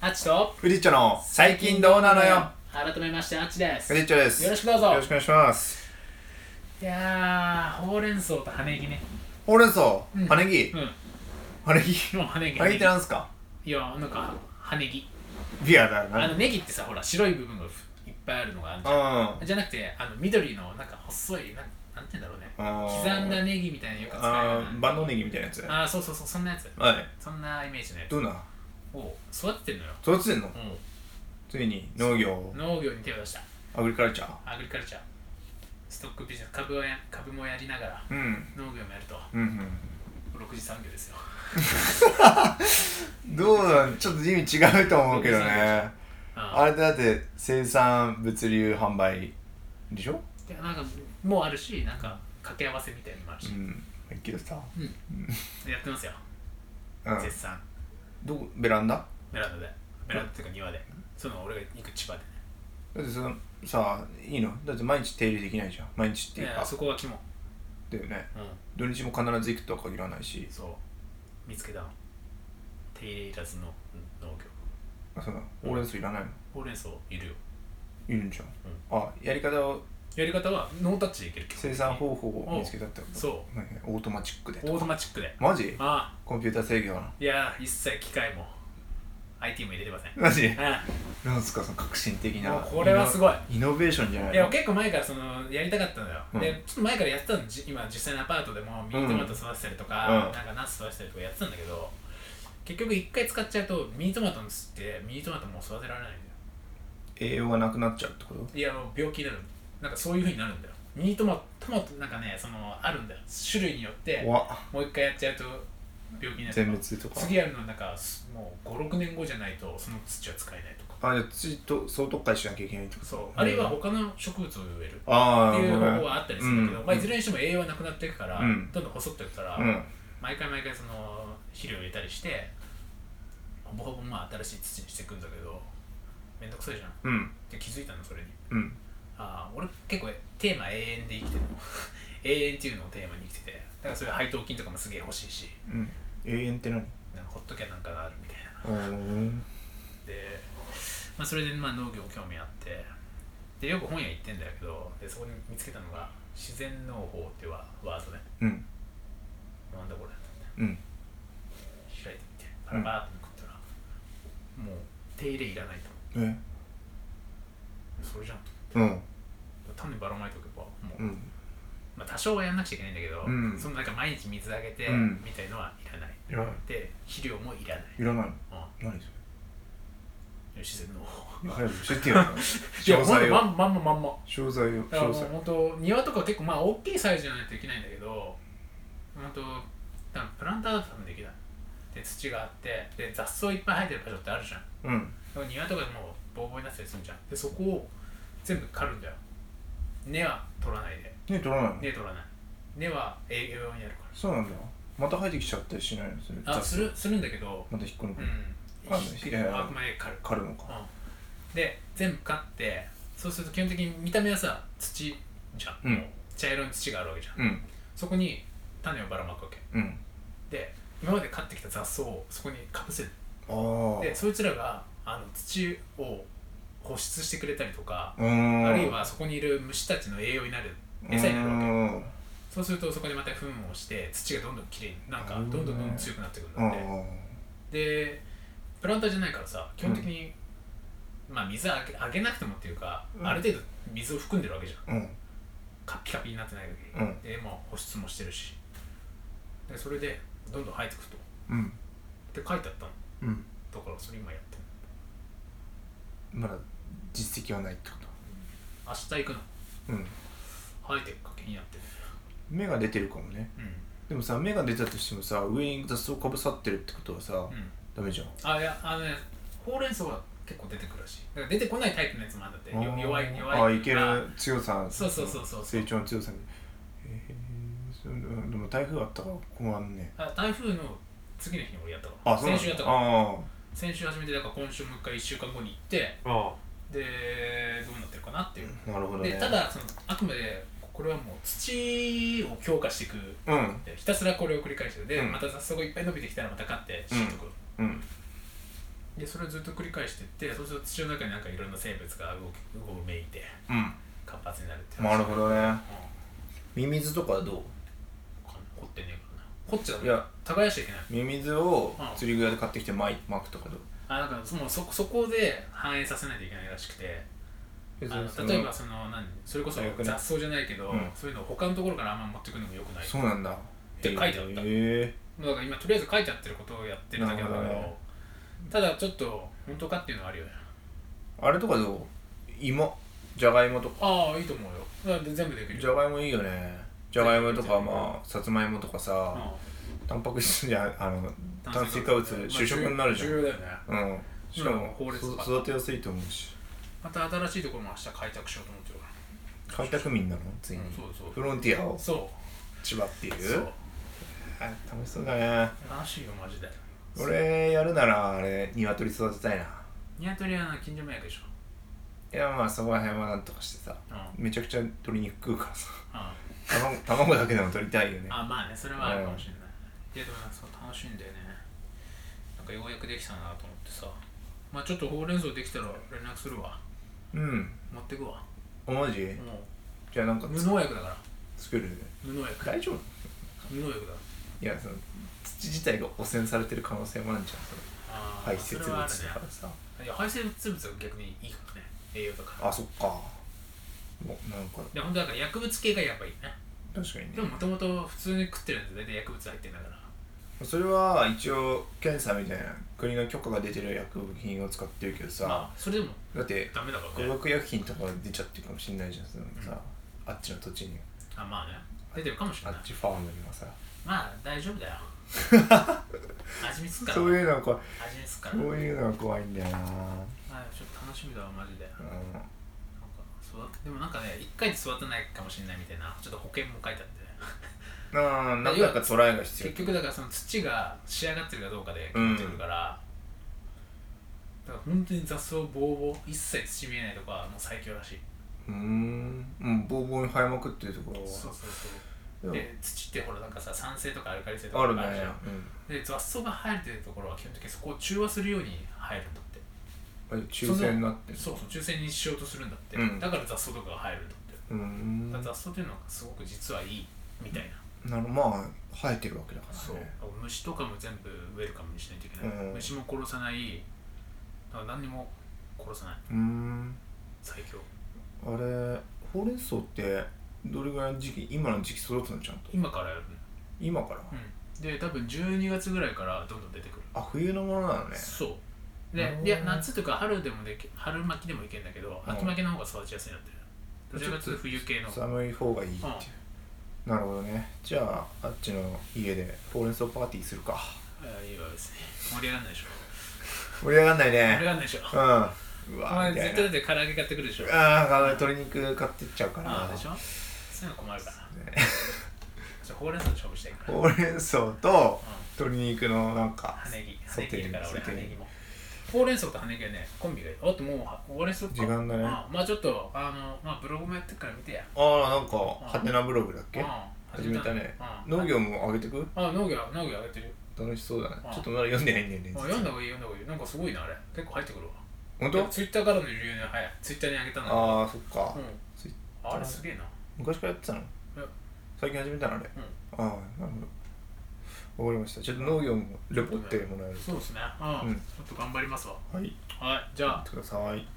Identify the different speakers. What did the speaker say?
Speaker 1: アッチと
Speaker 2: フリッチョの最近どうなのよ
Speaker 1: 改めましてアッチです
Speaker 2: フリッチョです
Speaker 1: よろしくどうぞ
Speaker 2: よろしくお願いします
Speaker 1: いやーほうれん草と羽ねぎね
Speaker 2: ほうれん草
Speaker 1: うん
Speaker 2: 羽ねぎ
Speaker 1: うん
Speaker 2: 羽ねぎ
Speaker 1: もう羽ねぎ
Speaker 2: 羽ねぎってなんすか
Speaker 1: いやなんか羽ねぎ
Speaker 2: ビアだよ
Speaker 1: あ
Speaker 2: な
Speaker 1: のネギってさほら白い部分がいっぱいあるのがあるじ
Speaker 2: うん
Speaker 1: ゃんじゃなくてあの緑のなんか細いなんなんて言うんだろうね刻
Speaker 2: 刻
Speaker 1: んだネギみたいなのよく使うよ
Speaker 2: あ
Speaker 1: う
Speaker 2: ー
Speaker 1: な
Speaker 2: 万能ネギみたいなやつは
Speaker 1: ああーそうそうそうそんなやつ
Speaker 2: い
Speaker 1: そんなイメージのや
Speaker 2: どうなん
Speaker 1: つを育ててんのよ
Speaker 2: 育ててんの
Speaker 1: も
Speaker 2: ついに農業
Speaker 1: う農業に手を出した
Speaker 2: アグリカルチャー
Speaker 1: アグリカルチャーストックビジネス株はや株もやりながら
Speaker 2: うん
Speaker 1: 農業もやると
Speaker 2: うんうん
Speaker 1: 6次産業ですよ
Speaker 2: どうなんちょっと意味違うと思うけどねあ
Speaker 1: あ
Speaker 2: れってだって生産物流販売でしょ
Speaker 1: いやなんかもうあるしなんか掛け合わせみたいなのもあるし
Speaker 2: う、んだけどさ
Speaker 1: やってますよ、
Speaker 2: うん
Speaker 1: 絶賛
Speaker 2: どこベランダ
Speaker 1: ベランダでベランダっていうか庭でその俺が行く千葉で
Speaker 2: だってそのさいいのだって毎日手入れできないじゃん毎日ってい
Speaker 1: ね
Speaker 2: う
Speaker 1: い
Speaker 2: か
Speaker 1: やそこが肝
Speaker 2: だよね
Speaker 1: うん
Speaker 2: 土日も必ず行くとは限らないし
Speaker 1: そう見つけたの手入れいらずの農業
Speaker 2: あそのほうれん草いらないの
Speaker 1: ほうれん草いるよ
Speaker 2: いるんじゃん、あやり方を
Speaker 1: やり方はノータッチでいける基本的
Speaker 2: 生
Speaker 1: に
Speaker 2: 産方法を見つけたってこと
Speaker 1: そ
Speaker 2: 何オートマチックで
Speaker 1: うオートマチックで
Speaker 2: マジ
Speaker 1: あ
Speaker 2: コンピューター制御はな
Speaker 1: あいや一切機械も IT も入れてません
Speaker 2: マジ
Speaker 1: う
Speaker 2: なんすかその革新的な
Speaker 1: もうこれはすごい
Speaker 2: イノイノベーションじゃない
Speaker 1: ん
Speaker 2: の
Speaker 1: いや結構前からそのやりたかったのよ、
Speaker 2: うん
Speaker 1: でちょっと前からやってたのじ今実際のアパートでもミニトマト育てたりとか、
Speaker 2: うん
Speaker 1: なんかナス育てたりとかやってたんだけど結局一回使っちゃうとミニトマトの巣ってミニトマトもう育てられないんだよ
Speaker 2: 栄養がなくなっちゃうってこと
Speaker 1: いやもう病気になるなんかそういうふうになるんだよミニトマトトマトなんかねそのあるんだよ種類によって
Speaker 2: うわ
Speaker 1: もう一回やっちゃうと病気になる
Speaker 2: 全滅とか
Speaker 1: 次やるのはなんかすもう56年後じゃないとその土は使えないとか
Speaker 2: あじゃあ土と総特化しなきゃいけないってこと
Speaker 1: そうあるいは他の植物を植える
Speaker 2: ああ
Speaker 1: っていう方
Speaker 2: なるほ
Speaker 1: 法
Speaker 2: どね
Speaker 1: はあったりするんだけど、
Speaker 2: うん
Speaker 1: まあ、いずれにしても栄養はなくなっていくから、
Speaker 2: うん
Speaker 1: どんどん細っていくから、
Speaker 2: うん
Speaker 1: 毎回毎回その肥料を入れたりしてほぼほぼまあ新しい土にしていくんだけどめんどくさいじゃん
Speaker 2: うん
Speaker 1: で気づいたのそれに
Speaker 2: うん
Speaker 1: ああ俺結構テーマ永遠で生きてるの 永遠っていうのをテーマに生きててだからそういう配当金とかもすげえ欲しいし
Speaker 2: うん永遠って何
Speaker 1: なんかほっときゃなんかがあるみたいな
Speaker 2: うん
Speaker 1: で、まあ、それでまあ農業興味あってでよく本屋行ってんだけどでそこに見つけたのが自然農法っていうワワードね
Speaker 2: うん
Speaker 1: なんだこれ
Speaker 2: うん
Speaker 1: 開いてみてパラパラってめくったら、もう手入れいらないと
Speaker 2: え
Speaker 1: それじゃんと
Speaker 2: うん
Speaker 1: 種ばらまいておけばもう、
Speaker 2: うん
Speaker 1: まあ、多少はやんなくちゃいけないんだけど、
Speaker 2: うん
Speaker 1: そのなんか毎日水あげて
Speaker 2: うん
Speaker 1: みたいのはいらない、
Speaker 2: いらない
Speaker 1: で肥料もいらない、
Speaker 2: いらないの
Speaker 1: う
Speaker 2: 何そ
Speaker 1: ん、自然農法
Speaker 2: れ早く教えてよ
Speaker 1: いや
Speaker 2: 詳
Speaker 1: ほんと
Speaker 2: 細
Speaker 1: ま
Speaker 2: を
Speaker 1: んまんままんま
Speaker 2: 詳細を
Speaker 1: だ
Speaker 2: 詳
Speaker 1: からもう
Speaker 2: 細
Speaker 1: 本当庭とか結構まあ大きいサイズじゃないといけないんだけど本当多分プランターだと多分できないで土があってで雑草いっぱい生えてる場所ってあるじゃん
Speaker 2: うん
Speaker 1: でも庭とかでもうボーボーになってたりするじゃんでそこを全部刈るんだよ根は取らないで
Speaker 2: ね取らないの
Speaker 1: 根取らない根は栄養にやるか
Speaker 2: そうなんだまた入ってきちゃったりしないのそれ
Speaker 1: らあ
Speaker 2: 雑
Speaker 1: するするんだけど
Speaker 2: また引っこ抜
Speaker 1: う
Speaker 2: く
Speaker 1: ん
Speaker 2: のあいやいや
Speaker 1: あくまで刈る
Speaker 2: 狩るのか
Speaker 1: うん、で全部刈ってそうすると基本的に見た目はさ土じゃん、
Speaker 2: うん
Speaker 1: もう茶色の土があるわけじゃん、
Speaker 2: うん
Speaker 1: そこに種をばらまくわけ
Speaker 2: うん
Speaker 1: で今まで刈ってきた雑草をそこにかぶせる
Speaker 2: ああ
Speaker 1: でそいつらがあの土を保湿してくれたりとか、
Speaker 2: うん
Speaker 1: あるいはそこにいる虫たちの栄養になる餌になるわけ、
Speaker 2: わ
Speaker 1: そうするとそこでまた糞をして土がどんどんきれいになんか
Speaker 2: な
Speaker 1: ど
Speaker 2: る
Speaker 1: んど
Speaker 2: ほど
Speaker 1: ん
Speaker 2: ね
Speaker 1: どん強くなってくるん
Speaker 2: う
Speaker 1: だ
Speaker 2: ん
Speaker 1: って、でプランターじゃないからさ基本的に、まあ水あげあげなくてもっていうか、
Speaker 2: うん
Speaker 1: ある程度水を含んでるわけじゃん
Speaker 2: うん
Speaker 1: カピカピになってない時、
Speaker 2: うん
Speaker 1: でもう保湿もしてるしでそれでどんどん生えてくと
Speaker 2: うん
Speaker 1: って書いてあったの
Speaker 2: うん
Speaker 1: だからそれ今やってる
Speaker 2: まだ実績はないってこ
Speaker 1: 明日行くの
Speaker 2: とうん
Speaker 1: 生えてるか気になってる
Speaker 2: 芽が出てるかもね
Speaker 1: うん
Speaker 2: でもさ芽が出たとしてもさ上に雑草かぶさってるってことはさ
Speaker 1: うん
Speaker 2: ダメじゃん
Speaker 1: あいやあのねほうれん草は結構出てくるらしいだから出てこないタイプのやつもあるんだってよ
Speaker 2: あー
Speaker 1: 弱い弱い
Speaker 2: あいける強さ
Speaker 1: そうそうそうそう
Speaker 2: 成長の強さにえーそうでも台風あったから困んね
Speaker 1: あ台風の次の日に俺やったから
Speaker 2: あそうな
Speaker 1: 先
Speaker 2: ん
Speaker 1: 週やったから
Speaker 2: あ
Speaker 1: 先週始めてだから今週もう一回1週間後に行って
Speaker 2: ああ
Speaker 1: でどうなってるかなっていう、
Speaker 2: あなるほどね
Speaker 1: でただそのあくまでこれはもう土を強化していく
Speaker 2: うん
Speaker 1: でひたすらこれを繰り返してで、
Speaker 2: うん
Speaker 1: また雑草がいっぱい伸びてきたらまた買ってしんどく、
Speaker 2: うん
Speaker 1: でそれをずっと繰り返してってそうすると土の中になんかいろんな生物が動き動めいて
Speaker 2: うん
Speaker 1: 活発になるって
Speaker 2: なるほどね
Speaker 1: うん
Speaker 2: ミミズとかはど
Speaker 1: わかんない掘ってねえからな掘っちゃダ
Speaker 2: う
Speaker 1: メ
Speaker 2: いや
Speaker 1: 耕しちゃいけない
Speaker 2: ミミズを
Speaker 1: うん
Speaker 2: 釣り具屋で買ってきて巻い巻くとかどう
Speaker 1: あだからそのそそこで反映させないといけないらしくて
Speaker 2: 別
Speaker 1: あ
Speaker 2: にそ
Speaker 1: の
Speaker 2: の
Speaker 1: 例えばその何それこそ
Speaker 2: あよくね
Speaker 1: 雑草じゃないけど、
Speaker 2: うん
Speaker 1: そういうのを他のところからあんま持ってくるのもよくない
Speaker 2: そうなんだって
Speaker 1: 書いてあった
Speaker 2: へえ
Speaker 1: だから今とりあえず書いてあってることをやってるだけなんだけ
Speaker 2: な
Speaker 1: ど
Speaker 2: るほどね
Speaker 1: ただちょっと本当かっていうのはあるよね
Speaker 2: あれとかどう芋じゃがいもとか
Speaker 1: ああいいと思うよだって全部できる
Speaker 2: じゃがいもいいよねじゃがいもとかまあさつまいもとかさ、
Speaker 1: う
Speaker 2: タンパク質じゃあの
Speaker 1: ん
Speaker 2: 炭水化物主食になるじゃん
Speaker 1: 重要だよね
Speaker 2: うんしか
Speaker 1: うん
Speaker 2: も、
Speaker 1: ほうれつ
Speaker 2: そ
Speaker 1: とか
Speaker 2: 育てやすいと思うし
Speaker 1: また新しいところも明日開拓しようと思ってるか
Speaker 2: 開拓民なのつい
Speaker 1: ら、
Speaker 2: に、
Speaker 1: うんそうそう
Speaker 2: フロンティアを
Speaker 1: そ
Speaker 2: 千葉っていう
Speaker 1: うそう
Speaker 2: あ楽しそうだね
Speaker 1: 楽しいよマジで
Speaker 2: 俺やるならあれ鶏育てたいな
Speaker 1: ニワトリはな近所迷惑でしょ
Speaker 2: いやまあそこら辺はなんとかしてさ
Speaker 1: うんうん
Speaker 2: めちゃくちゃ鶏肉食うからさ
Speaker 1: あ
Speaker 2: 卵 卵だけでも取りたいよね
Speaker 1: まあねそれはあるかもしれない、いやでもなんかそう楽しいんだよねなんかようやくできたなと思ってさまあちょっとほうれん草できたら連絡するわ
Speaker 2: うん
Speaker 1: 持ってくわ
Speaker 2: おまじ
Speaker 1: も
Speaker 2: じゃあなん
Speaker 1: う
Speaker 2: か
Speaker 1: 無農薬だから
Speaker 2: 作る
Speaker 1: 無農薬
Speaker 2: 大丈夫
Speaker 1: 無農薬だ
Speaker 2: いやその土自体が汚染されてる可能性もあるじゃんそれ
Speaker 1: あー
Speaker 2: 排泄
Speaker 1: それ
Speaker 2: 物だ
Speaker 1: は
Speaker 2: か
Speaker 1: あ
Speaker 2: ら
Speaker 1: るね
Speaker 2: さ
Speaker 1: いや排泄物は逆にいいからね栄養とか
Speaker 2: あそっかもうなんか
Speaker 1: で本当だから薬物系がやっぱいいね
Speaker 2: 確かにね
Speaker 1: でももともと普通に食ってるやつ大体薬物入ってんだから
Speaker 2: それは一応検査みたいな国の許可が出てる薬品を使ってるけどさ、
Speaker 1: まあそれでも
Speaker 2: だって
Speaker 1: ダメだか
Speaker 2: 化
Speaker 1: らね
Speaker 2: 学薬品とか出ちゃってるかもしれないじゃんそのさ、あっちの土地に
Speaker 1: あまあね出てるかもしれ
Speaker 2: あ
Speaker 1: ない
Speaker 2: っちファームにはさ
Speaker 1: まあ大丈夫だ よ味見すっから
Speaker 2: そういうのが怖い
Speaker 1: 味見すっから
Speaker 2: そ
Speaker 1: ま
Speaker 2: ういうのが怖いんだよな
Speaker 1: あちょっと楽しみだわマジでなん
Speaker 2: う
Speaker 1: か
Speaker 2: ん
Speaker 1: 育てでもなんかね一回で育てないかもしれないみたいなちょっと保険も書いてあって
Speaker 2: ななんだかトライが必要
Speaker 1: 結局だからその土が仕上がってるかどうかで決めてくるから、だから本当に雑草ボーボー一切土見えないとかはもう最強らしいう
Speaker 2: ーんうんボーボーに生えまくってるところ
Speaker 1: そう
Speaker 2: は
Speaker 1: そうそう
Speaker 2: でも
Speaker 1: で土ってほらなんかさ酸性とかアルカリ性とか
Speaker 2: あるね
Speaker 1: じゃんで雑草が生えてるところは基本的にそこを中和するように生えるんだって
Speaker 2: うんあ抽選になってる
Speaker 1: そうそう抽選にしようとするんだって、
Speaker 2: うん
Speaker 1: だから雑草とかが生えるんだって
Speaker 2: うーん
Speaker 1: だ
Speaker 2: な
Speaker 1: から
Speaker 2: る
Speaker 1: 雑草っていうのはすごく実はいいみたいな、
Speaker 2: まあ生えてるわけだからね
Speaker 1: そう虫とかも全部ウェルカムにしないといけない、
Speaker 2: うん
Speaker 1: 虫も殺さないだから何にも殺さないう
Speaker 2: ーん
Speaker 1: 最強
Speaker 2: あれほうれん草ってどれぐらいの時期今の時期育つのちゃんと
Speaker 1: 今からやる
Speaker 2: 今から、
Speaker 1: うんで多分12月ぐらいからどんどん出てくる、
Speaker 2: あ冬のものなのね
Speaker 1: そう
Speaker 2: な
Speaker 1: で
Speaker 2: るほどね
Speaker 1: いや夏とか春でもでき春巻きでもいけんだけど
Speaker 2: うん
Speaker 1: 秋巻きの方が育ちやすいなってどちらかというと冬系の
Speaker 2: 寒い方がいいっていう、なるほどねじゃああっちの家でほうれん草パーティーするか
Speaker 1: あいいわ別に盛り上がんないで しょ
Speaker 2: 盛り上がんない
Speaker 1: 盛り上
Speaker 2: ね
Speaker 1: がんな いでしょ
Speaker 2: うんうわ
Speaker 1: お前
Speaker 2: みた
Speaker 1: 絶
Speaker 2: い
Speaker 1: 対だ
Speaker 2: な
Speaker 1: って唐揚げ買ってくるでしょ
Speaker 2: ああ鶏肉買ってっちゃうから
Speaker 1: ああでしょそういうの困るから じゃあほうれん草で勝負したいから
Speaker 2: ほうれん草と
Speaker 1: う
Speaker 2: 鶏肉のなんか
Speaker 1: ん羽ねぎ羽
Speaker 2: ソ
Speaker 1: ね
Speaker 2: テ
Speaker 1: ぎい
Speaker 2: ー
Speaker 1: るから俺
Speaker 2: ソテ
Speaker 1: 羽
Speaker 2: ー
Speaker 1: ねぎもほうれん草と羽ねぎはねコンビがいいあともうは終わりそうか
Speaker 2: 時間だね
Speaker 1: あまあちょっとあのまあブログもやってるから見てや
Speaker 2: ああなんかハテナブログだっけ
Speaker 1: うん
Speaker 2: 始めたね
Speaker 1: うん
Speaker 2: 農業も上げてく
Speaker 1: あ農業農業上げてるよ
Speaker 2: 楽しそうだね
Speaker 1: うん
Speaker 2: ちょっとまだ読んでないんだよね
Speaker 1: あ読んだ方がいい読んだ方がいいなんかすごいなあれ結構入ってくるわ
Speaker 2: 本当
Speaker 1: ツイッターからの流入早いツイッターに上げたの
Speaker 2: ああそっか
Speaker 1: うん
Speaker 2: ツイッ
Speaker 1: あれすげえな
Speaker 2: 昔からやってたの
Speaker 1: や
Speaker 2: 最近始めたのあれ
Speaker 1: うん
Speaker 2: ああなるほどわかりましたちょっと農業もレポってもらえる
Speaker 1: そうですねうん
Speaker 2: うん
Speaker 1: ちょっと頑張りますわ
Speaker 2: はい
Speaker 1: はいじゃあ
Speaker 2: ください